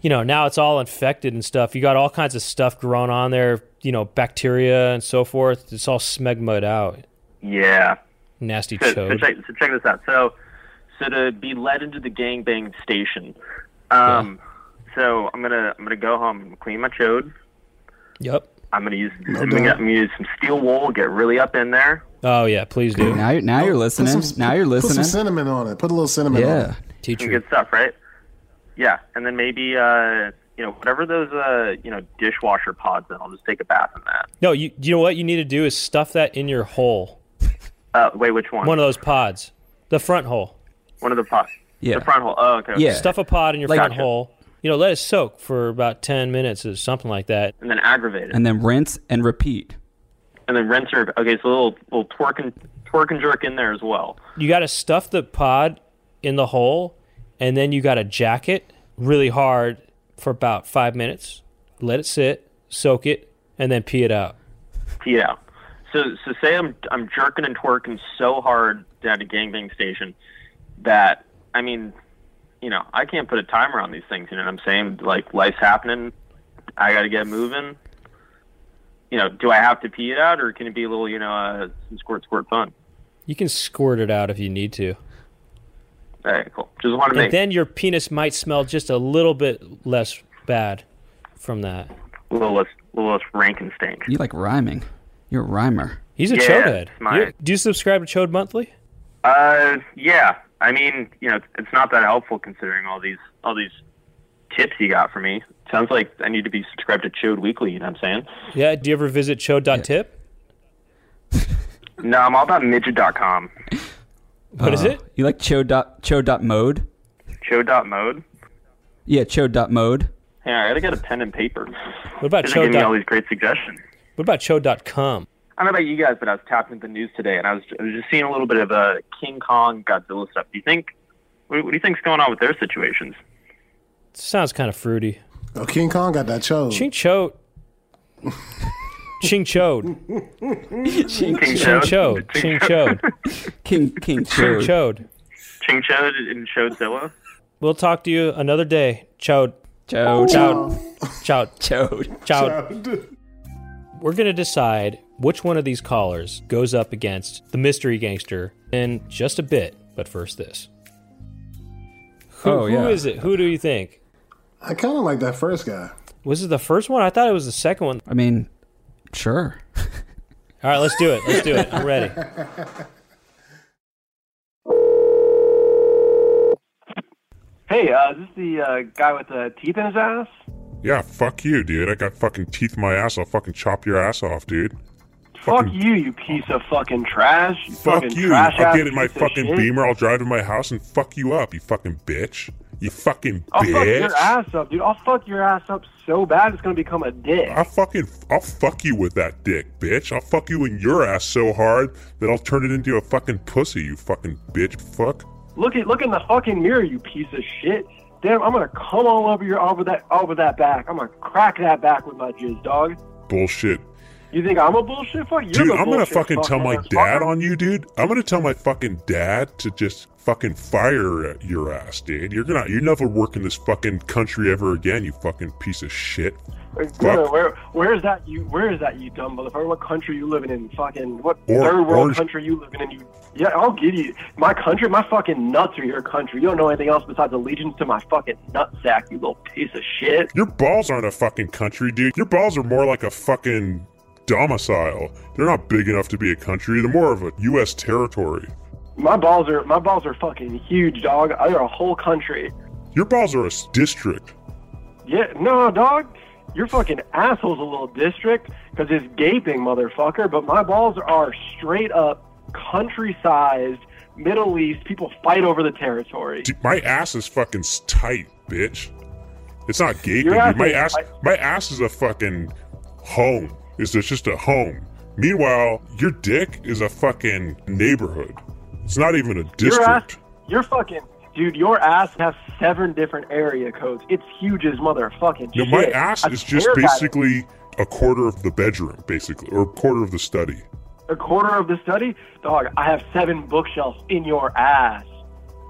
S2: you know, now it's all infected and stuff. You got all kinds of stuff growing on there, you know, bacteria and so forth. It's all smegmaed out.
S8: Yeah.
S2: Nasty
S8: So, so
S2: chode.
S8: check, so check this out. So, so to be led into the gangbang station, um, so I'm gonna I'm gonna go home and clean my chode.
S2: Yep.
S8: I'm gonna
S4: Oh,
S8: use I'm, gonna,
S3: doubt.
S8: I'm gonna use some steel wool, get really up in there.
S2: Oh, yeah. Please do.
S4: now, you- now you're listening.
S3: Put some-
S4: now you're
S3: Put some
S4: listening.
S3: cinnamon on it. Put a little cinnamon on it.
S4: Yeah.
S8: some
S2: Teacher.
S8: good stuff, right? Yeah, and then maybe uh, you know whatever those uh, you know dishwasher pods. Then I'll just take a bath in that.
S2: No, you, you know what you need to do is stuff that in your hole.
S8: Uh, wait, which one?
S2: One of those pods. The front hole.
S8: One of the pods.
S4: Yeah.
S8: The front hole. Oh, okay. okay.
S4: Yeah.
S2: Stuff a pod in your
S4: Like-
S2: front
S4: Gotcha.
S2: hole. You know, let it soak for about 10 minutes or something like that.
S8: And then aggravate it, and,
S4: And then rinse and repeat.
S8: then rinse her. Okay, so a little little twerk and twerk and jerk in there as well.
S2: You got to stuff the pod in the hole and then you got to jack it really hard for about five minutes. Let it sit, soak it, and then pee it out.
S8: Tee it out. So so say I'm I'm jerking and twerking so hard at a gangbang station that I mean, you know, I can't put a timer on these things. You know what I'm saying? Like life's happening. I got to get moving. You know, do I have to pee it out, or can it be a little, you know, uh, some squirt squirt fun?
S2: You can squirt it out if you need to.
S8: All right, cool. Just want to
S2: And
S8: make
S2: then your penis might smell just a little bit less bad from that.
S8: a little less, a little less rank and stink.
S4: You like rhyming. You're a rhymer.
S2: He's a
S8: Yeah,
S2: chode head.
S8: it's mine.
S2: You- do you subscribe to Chode Monthly?
S8: Uh, yeah. I mean, you know, it's not that helpful considering all these all these tips you got for me. Sounds like I need to be subscribed to Chode Weekly. You know what I'm
S2: Yeah. Do you ever visit chode.tip?
S8: saying? No, I'm all about midget.com.
S2: What is it?
S4: Oh. You like chode dot chode dot mode?
S8: Chode.mode.
S4: Yeah, chode dot mode.
S8: Yeah, I gotta get a pen and paper.
S2: What about
S8: Just give
S2: chode?
S8: me all
S2: Dot,
S8: these great suggestions.
S2: what about chode.com?
S8: I don't know about you guys, but I was tapping into the news today, and I was, I was just seeing a little bit of uh, King Kong Godzilla stuff. Do you think? What, what do you think's going on with their situations?
S2: Sounds kind of fruity.
S3: Oh, King Kong got that chose.
S2: Ching chode. Ching Chode.
S4: Ching
S8: Ching
S2: Ching
S8: Chode.
S2: Chode. Ching Chode.
S4: King King
S2: Ching
S4: Chode.
S2: Chode.
S8: Ching Chode and Chodezilla.
S2: We'll talk to you another day. Chode.
S4: Chode.
S2: Chode. Chode.
S4: Chode.
S2: Chode. We're going to decide which one of these callers goes up against the mystery gangster in just a bit, but first this. Who,
S4: Oh,
S2: who
S4: yeah.
S2: is it? Who do you think?
S3: I kind of like that first guy.
S2: Was it the first one? I thought it was the second one.
S4: I mean, sure.
S2: All right, let's do it. Let's do it. I'm ready.
S6: Hey, uh, is this the uh, guy with the teeth in his ass?
S9: Yeah, fuck you, dude. I got fucking teeth in my ass. I'll fucking chop your ass off, dude.
S6: Fuck
S9: Fucking-
S6: you, you piece of fucking trash. You
S9: Fuck
S6: fucking
S9: you.
S6: Trash
S9: I'll
S6: ass
S9: get in my
S6: piece of
S9: fucking
S6: shit.
S9: beamer. I'll drive to my house and fuck you up, you fucking bitch. You fucking
S6: I'll
S9: bitch.
S6: fuck your ass up, dude. I'll fuck your ass up so bad it's gonna become a dick.
S9: I'll fucking I'll fuck you with that dick, bitch. I'll fuck you in your ass so hard that I'll turn it into a fucking pussy, you fucking bitch. Fuck.
S6: Look at look in the fucking mirror, you piece of shit. Damn, I'm gonna come all over your over that over that back. I'm gonna crack that back with my jizz, dog.
S9: Bullshit.
S6: You think I'm a bullshit fuck? You're
S9: dude,
S6: the
S9: I'm gonna
S6: bullshit
S9: fucking
S6: fuck,
S9: tell my
S6: motherfucker.
S9: dad on you, dude. I'm gonna tell my fucking dad to just fucking fire your ass, dude. You're gonna you're never work in this fucking country ever again, you fucking piece of shit.
S6: Where,
S9: Fuck.
S6: where, where is that you? Where is that you dumb motherfucker? What country you living in? Fucking what
S9: Or-
S6: third world
S9: orange-
S6: country you living in? You yeah, I'll give you my country. My fucking nuts are your country. You don't know anything else besides allegiance to my fucking nutsack. You little piece of shit.
S9: Your balls aren't a fucking country, dude. Your balls are more like a fucking domicile. They're not big enough to be a country. They're more of a U.S. territory.
S6: My balls are my balls are fucking huge, dog. They're a whole country.
S9: Your balls are a s- district.
S6: Yeah, no, dog. Your fucking asshole's a little district because it's gaping, motherfucker. But my balls are straight up country sized, Middle East. People fight over the territory.
S9: Dude, my ass is fucking s- tight, bitch. It's not gaping.
S6: Your
S9: dude.
S6: ass
S9: my
S6: is
S9: ass,
S6: tight.
S9: my ass is a fucking home. Is it's just a home. Meanwhile, your dick is a fucking neighborhood. It's not even a
S6: Your ass,
S9: district.
S6: your fucking dude. Your ass has seven different area codes. It's huge as motherfucking
S9: No,
S6: shit.
S9: my ass
S6: I
S9: is just
S6: swear by it.
S9: basically a quarter of the bedroom, basically, or a quarter of the study.
S6: a quarter of the study, dog. I have seven bookshelves in your ass.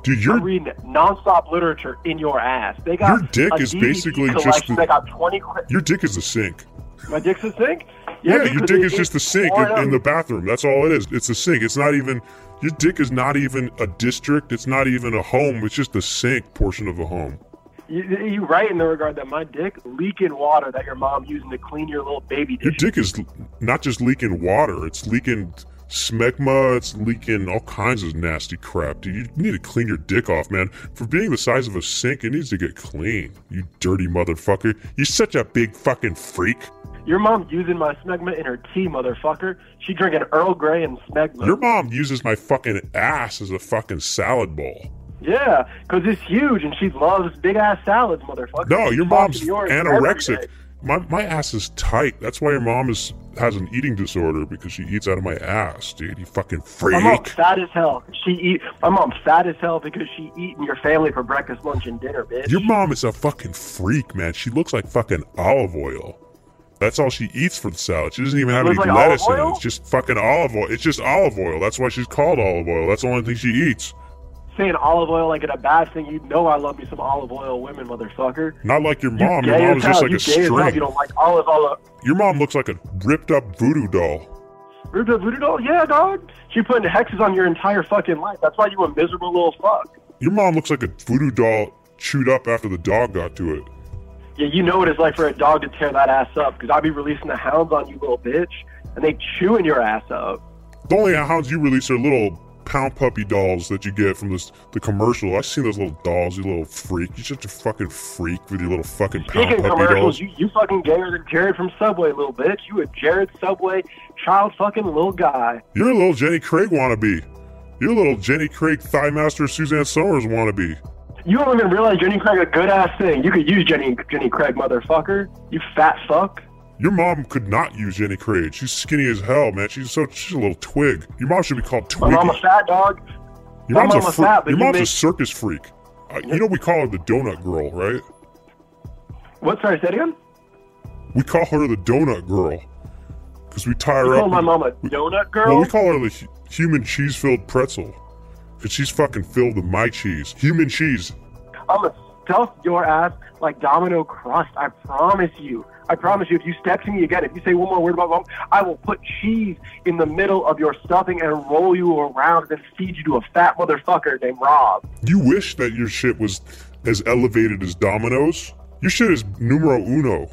S9: Dude,
S6: I'm
S9: your
S6: reading nonstop literature in your ass. They got
S9: Your dick
S6: a
S9: is
S6: DVD
S9: basically just
S6: collection.
S9: the-
S6: They got twenty. Cri-
S9: your dick is the sink.
S6: My dick's a sink?
S9: Yeah, your
S6: because
S9: dick
S6: it-
S9: is
S6: it-
S9: just the sink
S6: Oh, I
S9: in, in
S6: know.
S9: the bathroom. That's all it is. It's a sink. It's not even your dick is not even a district. It's not even a home. It's just the sink portion of a home.
S6: You, you right in the regard that my dick leaking water that your mom using to clean your little baby
S9: Your
S6: dish.
S9: dick is l- not just leaking water. It's leaking smegma. It's leaking all kinds of nasty crap. Dude, you need to clean your dick off, man. For being the size of a sink, it needs to get clean. You dirty motherfucker. You're such a big fucking freak.
S6: Your mom using my smegma in her tea, motherfucker. She drinking Earl Grey and smegma.
S9: Your mom uses my fucking ass as a fucking salad bowl.
S6: Yeah, 'cause it's huge and she loves big ass salads, motherfucker.
S9: No, your
S6: Fucking
S9: mom's
S6: yours every
S9: anorexic.
S6: day.
S9: My, my ass is tight. That's why your mom is has an eating disorder because she eats out of my ass, dude. You fucking
S6: My mom
S9: freak.
S6: fat as hell. She eat. My mom fat as hell because she eating your family for breakfast, lunch, and dinner, bitch.
S9: Your mom is a fucking freak, man. She looks like fucking olive oil. That's all she eats for the salad. She doesn't even have any
S6: Looks like
S9: lettuce in
S6: olive
S9: it.
S6: oil?
S9: It's just fucking olive oil. It's just olive oil. That's why she's called olive oil. That's the only thing she eats.
S6: Saying olive oil like it a bad thing. You know I love me some olive oil women, motherfucker.
S9: Not like your
S6: You
S9: mom. Your
S6: gay
S9: mom is
S6: as
S9: just
S6: hell.
S9: like a
S6: you gay as hell if You
S9: string.
S6: don't like olive oil.
S9: Your mom looks like a ripped up voodoo doll.
S6: Ripped up voodoo doll? Yeah, dog. She putting hexes on your entire fucking life. That's why you a miserable little fuck.
S9: Your mom looks like a voodoo doll chewed up after the dog got to it.
S6: Yeah, you know what it's like for a dog to tear that ass up. Because I be releasing the hounds on you, little bitch, and they chewing your ass up.
S9: The only hounds you release are little pound puppy dolls that you get from this the commercial. I've seen those little dolls, you little freak. You're such a fucking freak with your little fucking pound
S6: Speaking of
S9: puppy dolls.
S6: commercials, you, you fucking gayer than Jared from Subway, little bitch. You a Jared Subway child fucking little guy.
S9: You're a little Jenny Craig wannabe. You're a little Jenny Craig Thigh Master Suzanne Summers wannabe.
S6: You don't even realize Jenny Craig a good ass thing. You could use Jenny Jenny Craig, motherfucker. You fat fuck.
S9: Your mom could not use Jenny Craig. She's skinny as hell, man. She's so she's a little twig. Your mom should be called
S6: My
S9: Twiggy.
S6: mom a fat dog.
S9: your
S6: my
S9: mom's a
S6: mama's
S9: freak.
S6: fat, but
S9: your
S6: you
S9: mom's a
S6: make-
S9: circus freak. Uh, you know we call her the donut girl, right?
S6: What's her say again?
S9: We call her the donut girl. because we tie her
S6: You
S9: up.
S6: call my
S9: with-
S6: mom a donut girl?
S9: Well, we call her the hu- human cheese filled pretzel because she's fucking filled with my cheese. Human cheese.
S6: I'm gonna stuff your ass like Domino crust. I promise you. I promise you. If you step to me again, if you say one more word about mom, I will put cheese in the middle of your stuffing and roll you around and then feed you to a fat motherfucker named Rob.
S9: You wish that your shit was as elevated as Domino's. Your shit is numero uno.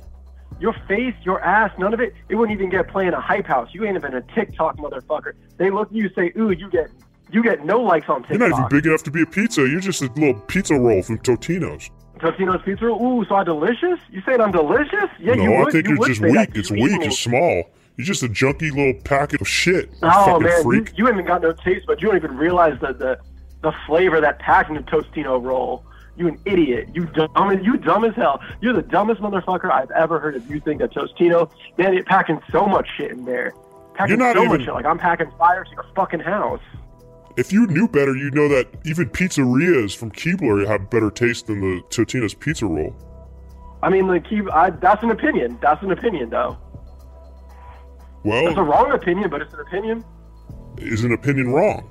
S6: Your face, your ass, none of it. It wouldn't even get play in a hype house. You ain't even a TikTok motherfucker. They look at you, say, "Ooh, you get, you get no likes on
S9: You're not even
S6: TikTok."
S9: big enough to be a pizza. You're just a little pizza roll from Totino's.
S6: Totino's pizza. Ooh, so I delicious? You saying I'm delicious? Yeah, you
S9: no,
S6: would.
S9: I think
S6: you
S9: you're
S6: would
S9: just
S6: say
S9: weak.
S6: that 'cause
S9: It's
S6: you
S9: weak.
S6: eat
S9: It's small. You're just a junky little packet of shit. you
S6: Oh
S9: fucking
S6: man,
S9: freak.
S6: You, you haven't got no taste, but you don't even realize the the, the flavor of that packing of Tostino roll. You an idiot. You dumb. You dumb as hell. You're the dumbest motherfucker I've ever heard of. You think that Tostino, man, it packing so much shit in there. Packing
S9: You're not
S6: so much
S9: even-
S6: shit. Like I'm packing fire to your fucking house.
S9: If you knew better, you'd know that even pizzerias from Keebler have better taste than the Totino's pizza roll.
S6: I mean, like, keep. I, that's an opinion. That's an opinion, though. It's a
S9: Well,
S6: wrong opinion, but it's an opinion.
S9: is an opinion wrong?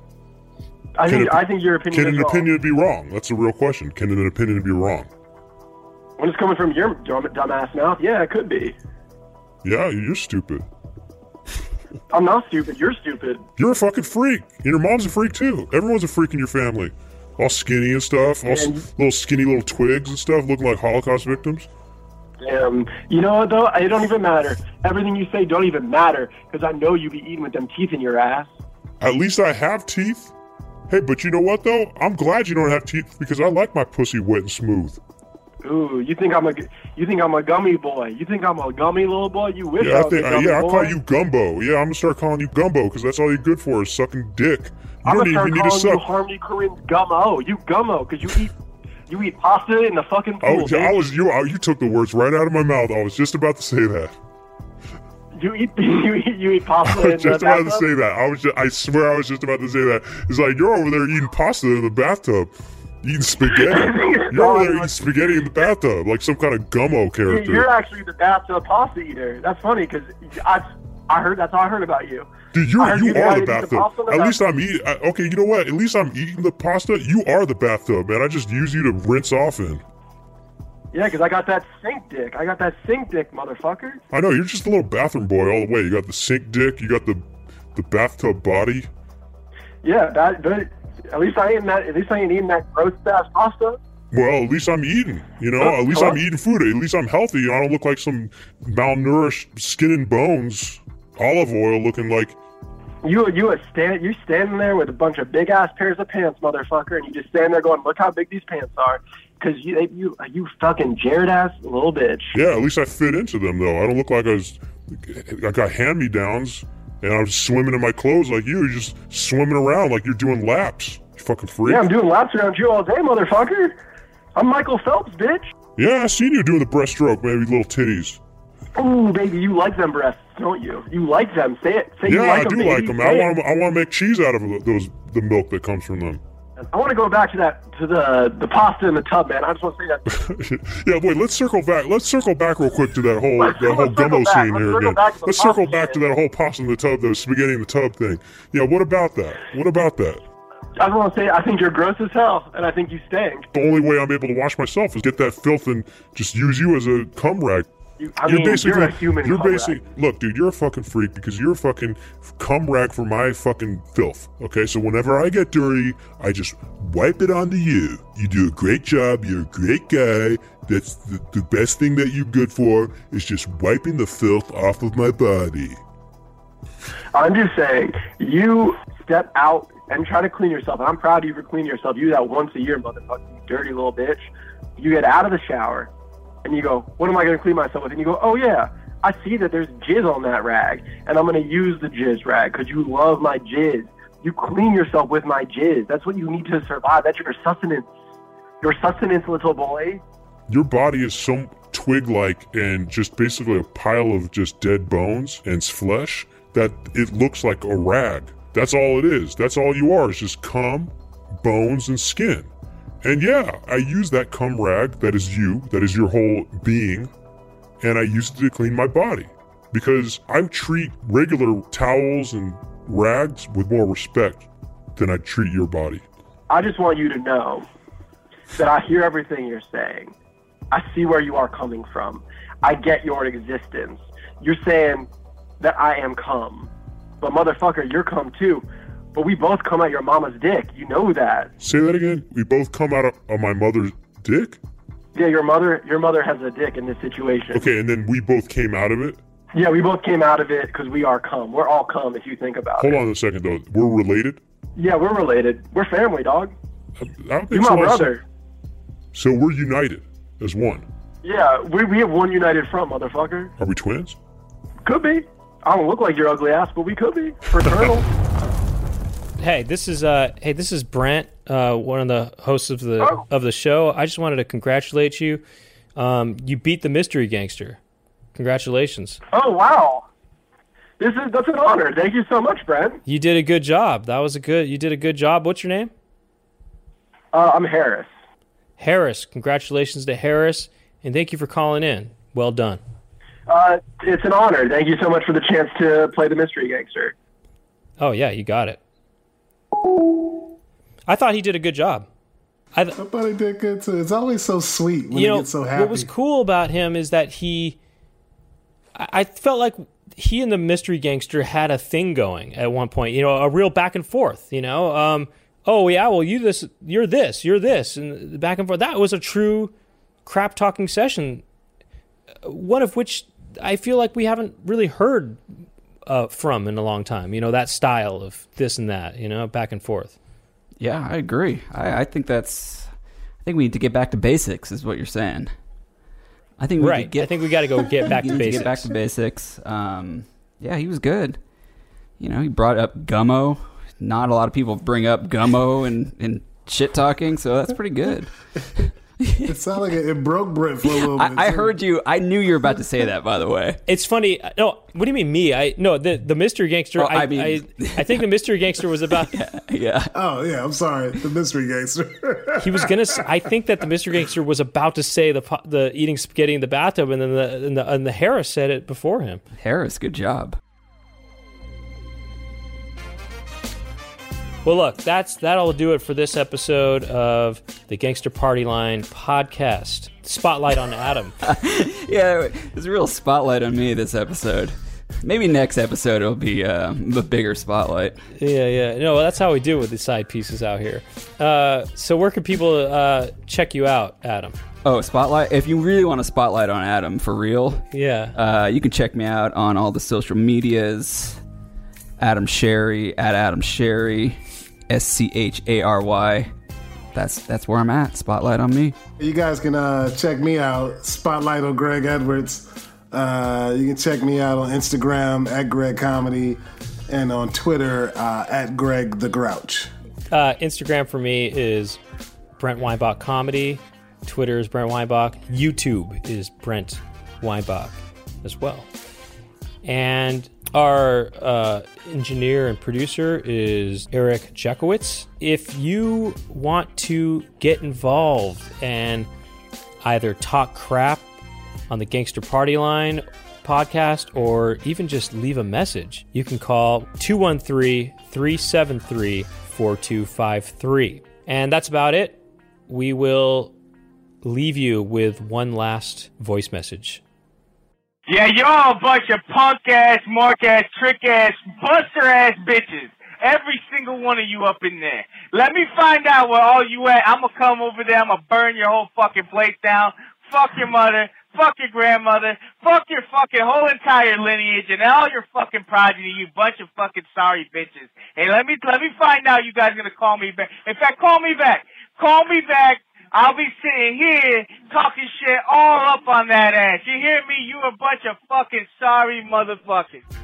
S6: I
S9: Can
S6: think.
S9: a-
S6: I think your opinion
S9: Can
S6: is
S9: an
S6: wrong.
S9: opinion be wrong? That's a real question. Can an opinion be wrong?
S6: When it's coming from your dumb, dumbass mouth, yeah, it could be.
S9: Yeah, you're stupid.
S6: I'm not stupid. You're stupid.
S9: You're a fucking freak. And your mom's a freak too. Everyone's a freak in your family. All skinny and stuff. All s-
S6: And-
S9: little skinny little twigs and stuff, looking like Holocaust victims.
S6: Damn. Um, You know what though? It don't even matter. Everything you say don't even matter because I know you be eating with them teeth in your ass.
S9: At least I have teeth. Hey, but you know what though? I'm glad you don't have teeth because I like my pussy wet and smooth.
S6: Ooh, you think I'm a you think I'm a gummy boy? You think I'm a gummy little boy? You wish
S9: Yeah,
S6: I
S9: I
S6: was
S9: think.
S6: a
S9: Uh,
S6: gummy
S9: yeah, I
S6: boy.
S9: call you Gumbo. Yeah, I'm gonna start calling you Gumbo because that's all you're good for is sucking dick. You
S6: I'm
S9: don't
S6: gonna start
S9: even need to
S6: calling you
S9: suck.
S6: Harmony Korean gummo. You gummo because you eat you eat pasta in the fucking pool.
S9: Oh, yeah, I
S6: bitch.
S9: was you. You took the words right out of my mouth. I was just about to say that.
S6: You eat you eat you eat
S9: I
S6: pasta in
S9: was
S6: the
S9: just about to
S6: bathtub.
S9: say that. I was. Just, I swear, I was just about to say that. It's like you're over there eating pasta in the bathtub, eating spaghetti. You're over there eating spaghetti in the bathtub, like some kind of gummo
S6: You- You're
S9: character.
S6: actually the bathtub pasta eater. That's funny because I I heard that's how I heard about you.
S9: Dude,
S6: I
S9: you're,
S6: heard
S9: you
S6: you
S9: are
S6: guys
S9: the
S6: eat the
S9: bathtub.
S6: pasta in the
S9: At least I'm eating. I, okay, you know what? At least I'm eating the pasta. You are the bathtub, man. I just use you to rinse off in.
S6: Yeah, because I got that sink dick. I got that sink dick, motherfucker.
S9: I know you're just a little bathroom boy all the way. You got the sink dick. You got the the bathtub body.
S6: Yeah, that. But at least I ain't that. At least I ain't eating that gross ass pasta.
S9: Well, at least I'm eating. You know,
S6: Huh?
S9: at least
S6: Hello?
S9: I'm eating food. At least I'm healthy. I don't look like some malnourished skin and bones olive oil looking like.
S6: You you a stand. You standing there with a bunch of big ass pairs of pants, motherfucker, and you just stand there going, "Look how big these pants are," because you they- you you fucking Jared ass little bitch.
S9: Yeah, at least I fit into them though. I don't look like I was. I got hand me downs, and I was swimming in my clothes like you. You're just swimming around like you're doing laps. You fucking freak.
S6: Yeah, I'm doing laps around you all day, motherfucker. I'm Michael Phelps, bitch.
S9: Yeah, I seen you doing the breaststroke, maybe little titties.
S6: Ooh, baby, you like them breasts, don't you? You like them. Say it. Say
S9: yeah,
S6: you like
S9: I do
S6: them, baby.
S9: like them. I
S6: Say it.
S9: want. I want to make cheese out of those. The milk that comes from them.
S6: I want to go back to that to the the pasta in the tub, man. I just want to say that.
S9: yeah, wait. Let's circle back. Let's circle back real quick to that whole that whole
S6: circle
S9: gumbo
S6: back.
S9: scene here
S6: Let's circle
S9: again.
S6: back to the
S9: Let's
S6: pasta
S9: circle back to that whole pasta in the tub, the spaghetti in the tub thing. Yeah, what about that? What about that?
S6: I just want to say I think you're gross as hell, and I think you stink.
S9: The only way I'm able to wash myself is get that filth and just use you as a cum rag.
S6: You, I mean, you're a human
S9: You're
S6: cum
S9: basically.
S6: rag.
S9: Look, dude, you're a fucking freak because you're a fucking cum rag for my fucking filth. Okay, so whenever I get dirty, I just wipe it onto you. You do a great job. You're a great guy. That's the, the best thing that you're good for is just wiping the filth off of my body.
S6: I'm just saying you step out and try to clean yourself. And I'm proud of you for cleaning yourself. You do that once a year, motherfucker. You dirty little bitch. You get out of the shower, and you go, "What am I going to clean myself with?" And you go, "Oh yeah." I see that there's jizz on that rag, and I'm gonna use the jizz rag because you love my jizz. You clean yourself with my jizz. That's what you need to survive. That's your sustenance. Your sustenance, little boy.
S9: Your body is some twig like and just basically a pile of just dead bones and s- flesh that it looks like a rag. That's all it is. That's all you are. It's just cum, bones, and skin. And yeah, I use that cum rag that is you, that is your whole being, and I use it to clean my body. because I treat regular towels and rags with more respect than I treat your body.
S6: I just want you to know that I hear everything you're saying. I see where you are coming from. I get your existence. You're saying that I am cum. But motherfucker, you're cum too. But we both come at your mama's dick. You know that.
S9: Say that again. We both come out of, of my mother's dick.
S6: Yeah, your mother your mother has a dick in this situation.
S9: Okay, and then we both came out of it.
S6: Yeah, we both came out of it because we are cum. We're all cum if you think about
S9: Hold
S6: it.
S9: on a second though. We're related.
S6: Yeah, we're related. We're family, dog.
S9: I don't think
S6: You're my
S9: so.
S6: brother.
S9: So we're united as one.
S6: Yeah, we, we have one united front, motherfucker.
S9: Are we twins?
S6: Could be. I don't look like your ugly ass, but we could be. Fraternal.
S2: Hey, this is uh, hey, this is Brent, uh, one of the hosts of the of the show. I just wanted to congratulate you. Um, you beat the mystery gangster. Congratulations.
S6: oh wow. This is that's an honor. Thank you so much, Brent.
S2: You did a good job. That was a good. You did a good job. What's your name?
S6: Uh, I'm Harris.
S2: Harris. Congratulations to Harris, and thank you for calling in. Well done.
S6: Uh, it's an honor. Thank you so much for the chance to play the mystery gangster.
S2: Oh yeah, you got it. I thought he did a good job. I th-
S3: Somebody did good too. It's always so sweet when
S2: you
S3: you
S2: know
S3: get so happy.
S2: what was cool about him is that he, I, I felt like he and the mystery gangster had a thing going at one point. You know, a real back and forth. You know, um, oh yeah, well you this, you're this, you're this, and the back and forth. That was a true crap talking session. uh, One of which I feel like we haven't really heard uh, from in a long time. You know, that style of this and that. You know, back and forth.
S4: Yeah, I agree. I, I think that's. I think we need to get back to basics, is what you're saying. I think we
S2: Right.
S4: could get.
S2: I think we gotta go get back
S4: we
S2: to
S4: need Get back
S2: basics.
S4: to basics. Um, yeah, he was good. You know, he brought up gummo. Not a lot of people bring up gummo and and shit talking, so that's pretty good.
S3: it sounded like it, it broke Brent for a little bit.
S4: I, I
S3: too.
S4: heard you. I knew you were about to say that. By the way,
S2: It's funny. uh, No, what do you mean me? I no the the mystery gangster.
S4: Oh,
S2: I,
S4: I mean-
S2: I I think the mystery gangster was about.
S4: yeah.
S3: Oh yeah, I'm sorry. The mystery gangster.
S2: He was gonna. s- I think that the mystery gangster was about to say the po- the eating spaghetti in the bathtub, and then the and the, and the Harris said it before him.
S4: Harris, good job.
S2: Well, look, that's that'll do it for this episode of the Gangster Party Line podcast. Spotlight on Adam.
S4: Yeah, there's a real spotlight on me this episode. Maybe next episode it'll be uh, a bigger spotlight.
S2: yeah, yeah. No, that's how we do with the side pieces out here. Uh, so where can people uh, check you out, Adam?
S4: Oh, spotlight! If you really want a spotlight on Adam for real,
S2: Yeah.
S4: uh, you can check me out on all the social medias. Adam Sherry at Adam Sherry, S C H A R Y. That's that's where I'm at. Spotlight on me.
S3: You guys can uh, check me out. Spotlight on Greg Edwards. Uh, you can check me out on Instagram at Greg Comedy and on Twitter uh, at Greg the Grouch.
S2: Uh, Instagram for me is Brent Weinbach Comedy. Twitter is Brent Weinbach. YouTube is Brent Weinbach as well. And our uh, engineer and producer is Eric Jakowitz. If you want to get involved and either talk crap on the Gangster Party Line podcast or even just leave a message, you can call 213 373 4253. And that's about it. We will leave you with one last voice message.
S10: Yeah, y'all a bunch of punk ass, mark ass, trick ass, buster ass bitches. Every single one of you up in there. Let me find out where all you at. I'ma come over there. I'ma burn your whole fucking place down. Fuck your mother. Fuck your grandmother. Fuck your fucking whole entire lineage and all your fucking progeny. You bunch of fucking sorry bitches. Hey, let me let me find out. You guys gonna call me back? In fact, call me back. Call me back. I'll be sitting here talking shit all up on that ass. You hear me? You a bunch of fucking sorry motherfuckers.